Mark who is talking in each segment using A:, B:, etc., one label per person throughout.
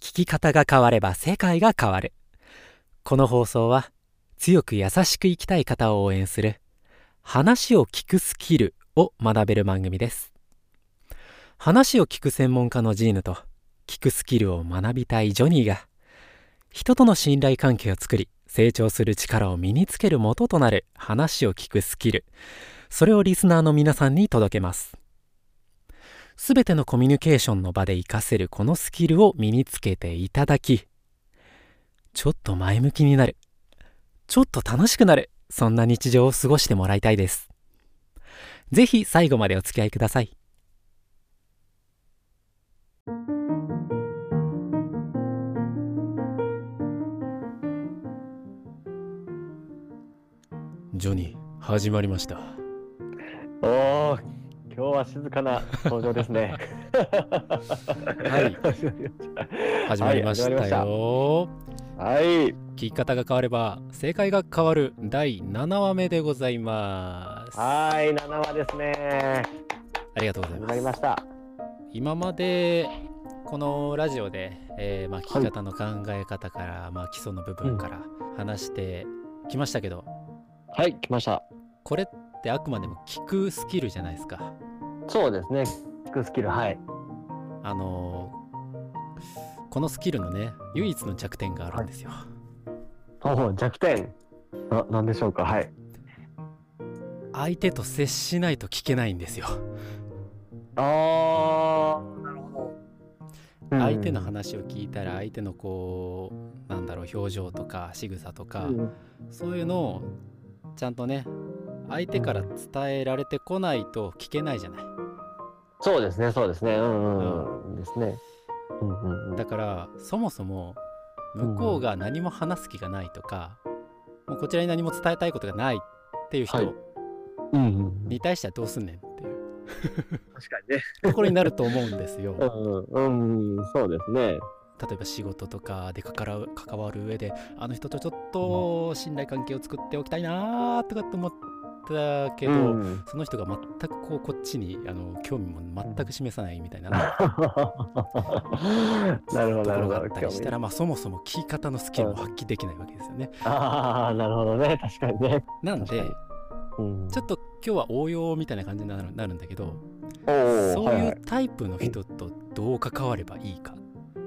A: 聞き方が変われば世界が変わる。この放送は強く優しく生きたい方を応援する話を聞くスキルを学べる番組です。話を聞く専門家のジーヌと聞くスキルを学びたいジョニーが人との信頼関係を作り成長する力を身につける元となる話を聞くスキルそれをリスナーの皆さんに届けますすべてのコミュニケーションの場で活かせるこのスキルを身につけていただきちょっと前向きになるちょっと楽しくなるそんな日常を過ごしてもらいたいですぜひ最後までお付き合いくださいジョニー始まりました
B: おお、今日は静かな登場です ね。
A: い 始まりましたよ、
B: はい始まりはい、
A: 聞き方が変われば正解が変わる第7話目でございますあ
B: はい、七話ですね。
A: りがとうござい
B: 始
A: ま
B: ますりました。
A: 今までこのラジオで、えーまあ、聞き方の考え方から、まあ、基礎の部分から話してきましたけど、
B: はい、来ました。
A: これってあくまでも聞くスキルじゃないですか
B: そうですね。聞くスキル、はい。
A: あのーこのスキルのね唯一の弱点があるんですよ、
B: おお、弱点。な、なんでしょうか。はい。
A: 相手と接しないと聞けないんですよ
B: ああ、なるほど。
A: 相手の話を聞いたら相手のこうなんだろう表情とか仕草とか、
B: うん
A: そういうのをちゃんとね相手から伝えられてこないと聞けないじゃない
B: そうですね、そうですね。うんうん、うん、ですね。うんうんうん。
A: だからそもそも向こうが何も話す気がないとか、もうこちらに何も伝えたいことがないっていう
B: はい
A: 人
B: うんうんうん
A: に対してはどうすんねんっていう
B: 確かにね。
A: ところになると思うんですよ
B: うんうん、うん、そうですね。
A: 例えば仕事とかでかからう関わる上であの人とちょっと信頼関係を作っておきたいなーとかって思ったけど、
B: うん
A: その人が全くこうこっちにあの興味も全く示さないみたい なね、ところ
B: なるほど、なるほ
A: があ
B: ど
A: っ。たりしたら、まあ、そもそも聞き方のスキルを発揮できないわけですよね。
B: ああ、なるほどね。確かにね。
A: なん
B: 確か
A: で
B: にうん、
A: ちょっと今日は応用みたいな感じになるなるんだけど
B: おー
A: そう
B: はいは
A: うタイプの人とどう関わればいいか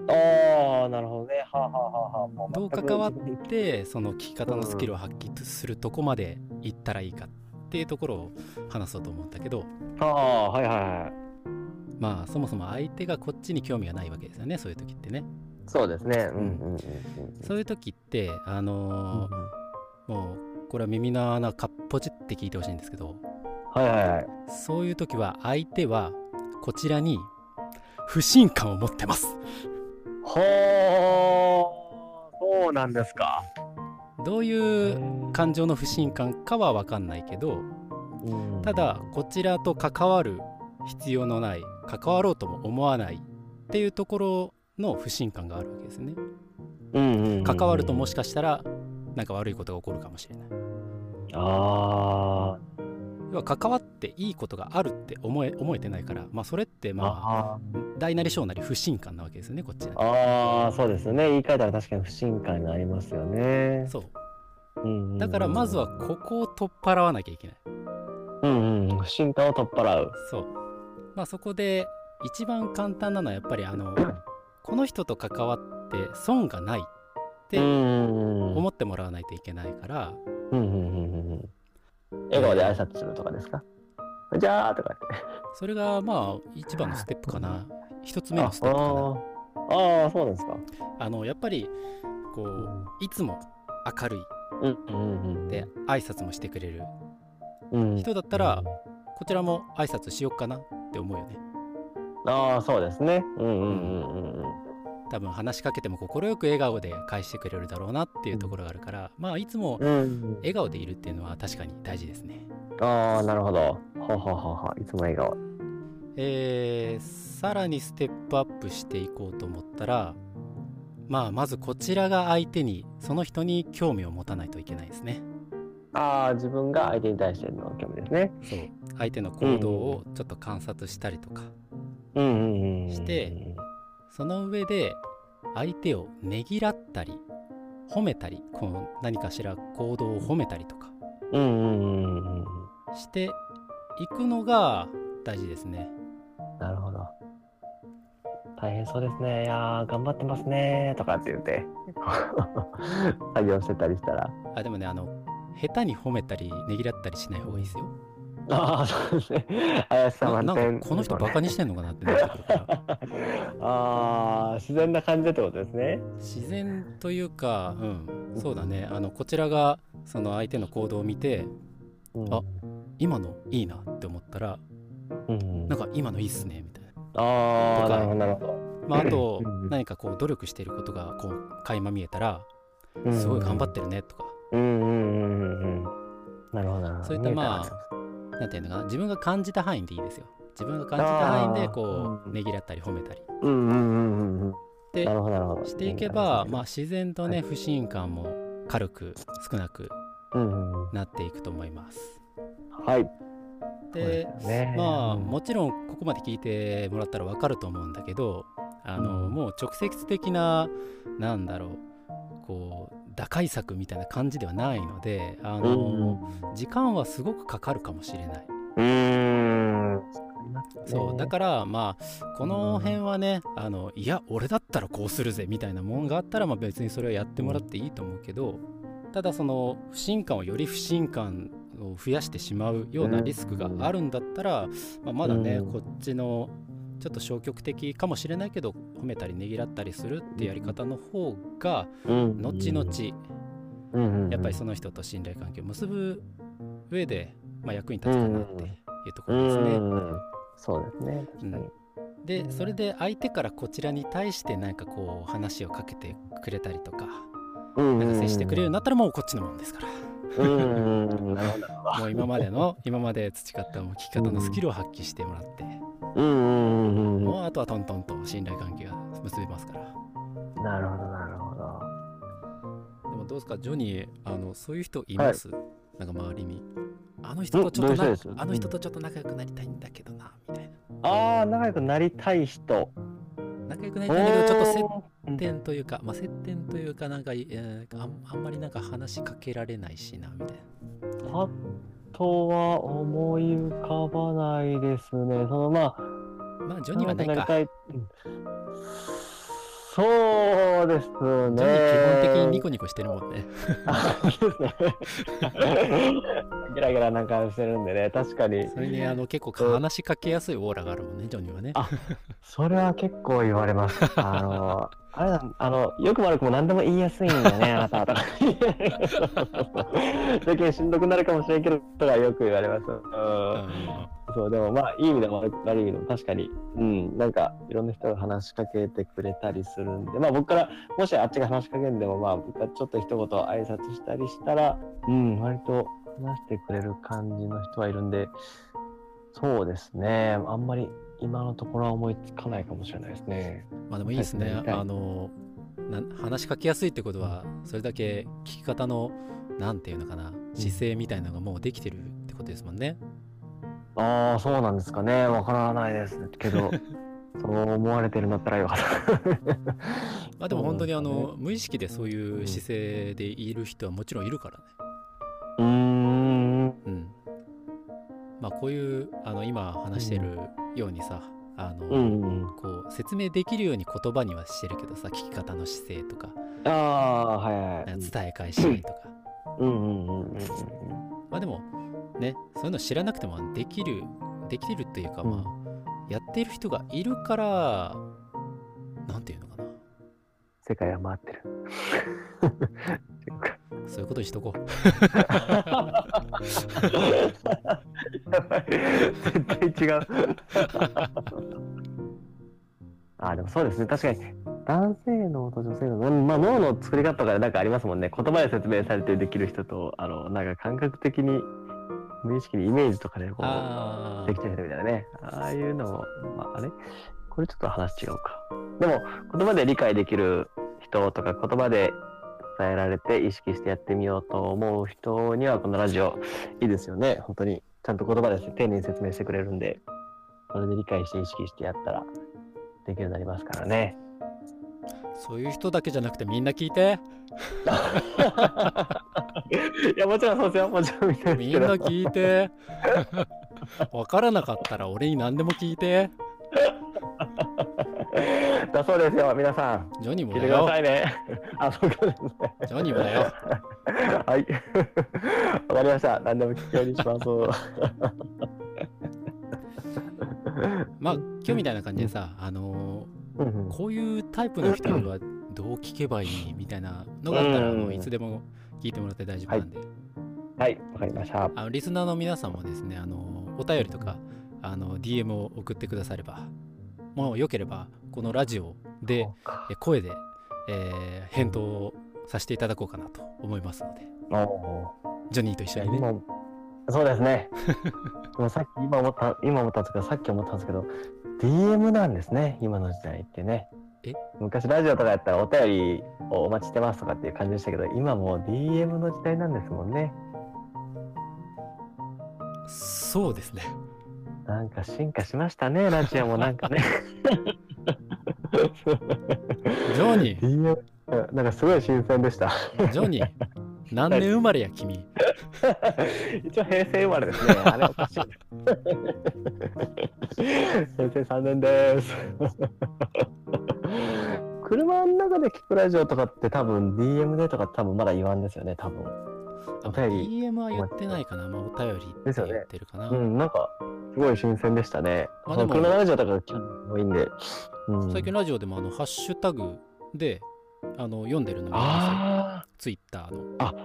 B: ああ、なるほどね。はあ、はあはあはあ、も
A: どう
B: 全く
A: 関わってその聞き方のスキルを発揮するとこまでいったらいいかっていうところを話そうと思うんだけど
B: はあ、はいはいはい。
A: まあそもそも相手がこっちに興味がないわけですよねそういう時ってね。
B: そうですね。うんうんうんうん。
A: そういう時ってあのー
B: うん
A: もうこれは耳の穴かっぽじって聞いてほしいんですけど
B: はいはいはい。
A: そういう時は相手はこちらに不信感を持ってます
B: はあ、そうなんですか。
A: どういう感情の不信感かは分かんないけど
B: うん
A: ただ、こちらと関わる必要のない関わろうとも思わないっていうところの不信感があるわけですね
B: うんうんうんうん
A: 関わるともしかしたらなんか悪いことが起こるかもしれない
B: あ
A: 要は関わっていいことがあるって思え思えてないからまあそれって
B: ー、
A: まあ
B: あ
A: 大なり小なり不信感なわけですよねこっちだ
B: あ、ああ、そうですね。言い換えたら確かに不信感になりますよね。
A: そう
B: うんうんうん
A: だからまずは、ここを取っ払わなきゃいけない
B: うんうん、不信感を取っ払う。
A: そうまあそこで一番簡単なのはやっぱりあのこの人と関わって損がないって
B: 思
A: 思ってもらわないといけないから
B: うんうんうんうんうん笑顔で挨拶するとかですかじゃあとか言って
A: それがまあ一番のステップかな一つ目のステップかな
B: あーあーそうなんですか
A: あのやっぱりこういつも明るい
B: うんうんうんうん
A: で挨拶もしてくれる
B: うん
A: 人だったらこちらも挨拶しよっかなって思うよね
B: ああそうですねうんうんうんうん
A: 多分話しかけても快く笑顔で返してくれるだろうなっていうところがあるからまあいつも
B: うんうん
A: 笑顔でいるっていうのは確かに大事ですね。
B: ああなるほどははははいつも笑顔
A: えーさらにステップアップしていこうと思ったら、まあ、まずこちらが相手にその人に興味を持たないといけないですね。
B: ああ自分が相手に対しての興味ですね
A: そう相手の行動をちょっと観察したりとか、
B: うんうんうんうん
A: してその上で相手をねぎらったり褒めたりこの何かしら行動を褒めたりとか
B: うんうんうんうんうん。
A: していくのが大事ですね。
B: なるほど。大変そうですね。いやー、頑張ってますねーとかって言って、 作業してたりしたら。
A: あでもねあの下手に褒めたりねぎらったりしない方がいいですよ。
B: ああ、そうですね。林さん
A: な
B: 満
A: な
B: 点。
A: んかこの人バカにしてんのかなってなってくる から
B: ああ、自然な感じでってことですね。
A: 自然というか、うん、そうだねあのこちらがその相手の行動を見て
B: うん
A: あ今のいいなって思ったら
B: うん
A: なんか今のいいっすねみたいな。
B: あ
A: とか
B: あ、なるほど、なるほ
A: まあ、あと
B: うん
A: 何かこう努力していることがこう垣間見えたら
B: ど。
A: すごい頑張
B: て。
A: ってるねとか
B: うんうんうんうんうん。なるほど、なるほど。
A: そういったまあなんていうのかな自分が感じた範囲でいいですよ自分が感じた範囲でこ
B: あーう
A: うんねぎらったり褒めたり
B: うんうんうんうんうん。
A: で
B: なるほど、なるほど。
A: していけばまあ
B: あ、
A: 自然とね不信感も軽く少なく
B: うんうんうん。
A: なっていくと思います
B: はい。そうで
A: です
B: よね
A: まあ
B: うん
A: もちろんここまで聞いてもらったらわかると思うんだけどあの
B: うん
A: もう直接的ななんだろうこう打開策みたいな感じではないのであ
B: う
A: の、
B: ん
A: 時間はすごくかかるかもしれない。
B: うん。うん。
A: そうだ
B: か
A: からまあこの辺はねあのいや俺だったらこうするぜみたいなもんがあったら、まあ、別にそれはやってもらっていいと思うけどただその不信感をより不信感を増やしてしまうようなリスクがあるんだったら、まあ、まだね
B: うん
A: こっちのちょっと消極的かもしれないけど褒めたりねぎらったりするってやり方の方が後々やっぱりその人と信頼関係を結ぶ上で、まあ、役に立つかなっていうところですね。
B: うんそうですね。確かに。
A: でそれで相手からこちらに対してなんかこう話をかけてくれたりとか
B: うん
A: なんか接してくれるようになったらもうこっちのもんですから
B: うんうんうん。なるほど。
A: もう今までの今まで培ったもう聞き方のスキルを発揮してもらって
B: うんうんうんうん
A: もうあとはトントンと信頼関係が結べますから
B: うん。なるほど、なるほど。
A: でもどうですかジョニーあのそういう人います、なんか周りにあの人とちょっと
B: ど
A: な
B: ういう人です
A: あの人とちょっと仲良くなりたいんだけどなみたいな
B: ああ、仲良くなりたい人。
A: 仲良くなりたいんだけどちょっと接
B: うん
A: 点というか、まあ、接点というかなんか、えーあんあんまりなんか話しかけられないしなみたいな
B: パッとは思い浮かばないですね。そのまあ、
A: まあジョニーはない
B: 仲良
A: か
B: くなりたい。うんそうですね。
A: ジョニー基本的にニコニコしてるもんね。
B: あそうですね。 ゲラゲラなんかしてるんでね、確かに。
A: それにあの結構話しかけやすいオーラがあるもんね、ジョニーはね。
B: あそれは結構言われます。あの、あれだ、あの、よくも悪くも何でも言いやすいんだ ね、あなたとか。 最近しんどくなるかもしれんけど、とかよく言われます。
A: う
B: うん
A: ん
B: そう、でもまあ、いい意味でも悪く悪い意味でも確かに、うん、なんか、いろんな人が話しかけてくれたりするんで、まあ僕から、もしあっちが話しかけんでも、まあ僕がちょっと一言挨拶したりしたら、うん、割と話してくれる感じの人はいるんで、そうですね、あんまり今のところは思いつかないかもしれないですね。
A: まあでもいいですね。
B: はい
A: あのな話しかけやすいってことは、それだけ聞き方のなんていうのかな、姿勢みたいなのがもうできてるってことですもんね。
B: ああ、そうなんですかね、わからないです けど、そう思われてるんだったらよかった。
A: まあでも本当にあ
B: そうなんで
A: の無意識でそういう姿勢でいる人はもちろんいるからね。
B: うーん、
A: うん。まあこういうあの今話してるようにさ、あの、
B: うん。
A: こう説明できるように言葉にはしてるけどさ聞き方の姿勢とか
B: ああ、はいはい。
A: なんか伝え返したりとか、
B: うんうんうんうんうん
A: まあでもねそういうの知らなくてもできるできてるっていうか
B: うん
A: まあやってる人がいるからなんていうのかな
B: 世界は回ってる。
A: そういうことにしとこ う
B: やばい絶対違う。あーでもそうですね確かに男性脳と女性脳、うんまあ、脳の作り方とかなんかありますもんね言葉で説明されてできる人とあのなんか感覚的に無意識にイメージとかでこう
A: あ
B: できてる人みたいなねああいうのも、まあ、あれこれちょっと話違うかでも言葉で理解できる人とか言葉で伝えられて意識してやってみようと思う人にはこのラジオいいですよね本当にちゃんと言葉で丁寧に説明してくれるんで それで理解して意識してやったらできるようになりますからね
A: あそういう人だけじゃなくてみんな聞いて
B: いや、もちろんそうですよ。もちろんみんな
A: みんな聞いてわからなかったら俺に何でも聞いて
B: だそうですよ、皆さん。
A: ジョニーも
B: 聞
A: だ
B: いてくだ
A: よ
B: さいね。あ、そうかですね。
A: ジョニーもだよ
B: はい。わかりました。何でも聞くようにします。
A: まあ今日みたいな感じでさあの
B: うんうん
A: ーこ ういうタイプの人にはどう聞けばいいみたいなのがあったらあ
B: うん
A: のいつでも聞いてもらって大丈夫なんで、
B: はい、わかりました。
A: あのリスナーの皆さんもですねあのお便りとかあの DM を送ってくださればもうよければこのラジオで
B: そうか
A: え声で、えー返答をさせていただこうかなと思いますので
B: おー
A: ジョニーと一
B: い
A: 緒に
B: や
A: ね
B: 今そうですね。もうさっき今思った今思ったんですけどさっき思ったんですけど DM なんですね今の時代ってね。
A: え
B: 昔ラジオとかやったらお便りをお待ちしてますとかっていう感じでしたけど今もう DM の時代なんですもんね。
A: そうですね
B: なんか進化しましたねラジオもなん かね。
A: ジョニ
B: DM うんなんかすごい新鮮でした。
A: ージョニー何年生まれや君
B: 一応平成生まれですね。あれおかしい。平成3年です。車の中で聞くラジオとかって多分 DM でとか多分まだ言わんですよね、多分。
A: あ
B: お便り。
A: DM は言ってないかな、まあ、お便りって
B: です
A: 言
B: よね
A: ってるかな、
B: うん、なんかすごい新鮮でしたね。
A: まあ
B: その
A: でも
B: 車のラジオとか聞くのもいいんで。うん、
A: 最近ラジオでもあのハッシュタグであの読んでるのもありますよ
B: あ
A: ツイッターの
B: ー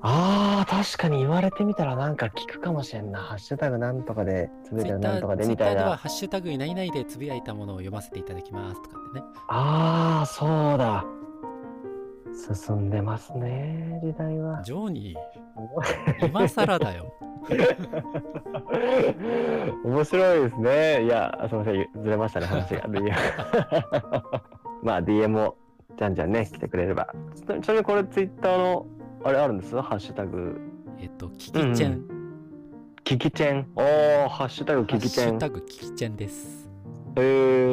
B: あー、確かに言われてみたらなんか聞くかもしれんな。ハッシュタグなんとかで、つぶや
A: ツイッ
B: いた
A: タ
B: なんとか
A: ー
B: で
A: ツイッ
B: み
A: タ
B: た
A: ー
B: い
A: で
B: な
A: は「ハッシュタグ何々」でつぶやいたものを読ませていただきますとかって ね
B: ああ、そうだ。進んでますね、時代は。
A: ジョニー今更だよ
B: 面白いですね。いや、すみません、ずれましたね、話が。いや まあ、DM をじゃんじゃんね、来てくれれば。ちなちなみにこれ、ツイッターの、あれあるんですハッシュタグ、
A: えっとキキチェン、
B: うんキキチェン。おー、ハッシュタグ、
A: ハ
B: キ
A: ッ
B: キ
A: シ
B: チェ
A: ュ
B: ン。
A: タグキキチェンです
B: え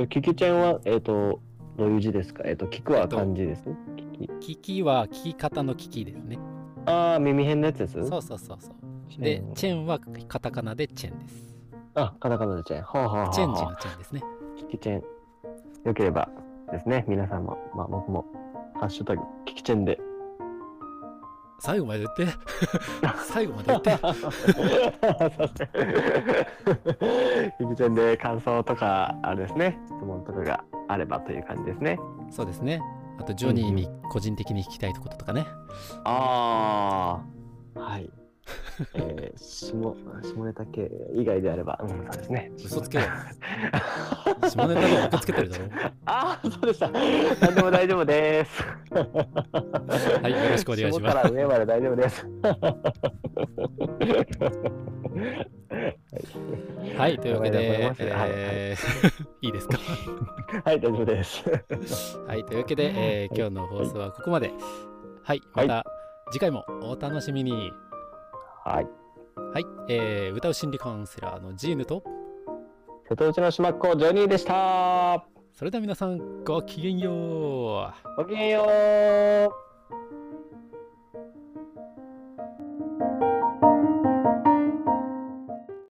B: ー、キキチェンは、えっ、と、どういう字ですかえっ、と、キクは漢字ですね。キキ
A: キキは聞き方のキキですね
B: あー、耳辺のやつです
A: そうそうそうそうでチェンはカタカナでチェンです
B: あ、カタカナでチェン。はあ、はあはあはあ、
A: チェンジのチェンですね
B: キキチェン。よければですね、皆さんも、まあ僕も、ハッシュタグ、キキチェ ンで。
A: 最後まで 言って最後まで言って
B: キキチェンで感想とか、あれですね、質問とかがあればという感じですね。
A: そうですねあとジョニーに個人的に聞きたいこととかね
B: ああ、はい。えー、下下ネタ系以外であれば、うん、そうですね。
A: 嘘つけよ下ネタでも受け付けてるだろ
B: ああ、そうでした。何でも大丈夫です。はい
A: よろしくお願いします
B: 下から上まで大丈夫です。
A: はい、というわけ
B: これで
A: で
B: ございま、すはい
A: えー いいですか。
B: はい、大丈夫です。
A: はい、というわけで、えー今日の放送はここまで。はい、また次回もお楽しみに。
B: はい。
A: はい、えー歌う心理カウンセラーのジーヌと、
B: 瀬戸内の島っ子ジョニーでした。
A: それでは皆さん、ごきげんよう。
B: ごきげんよう。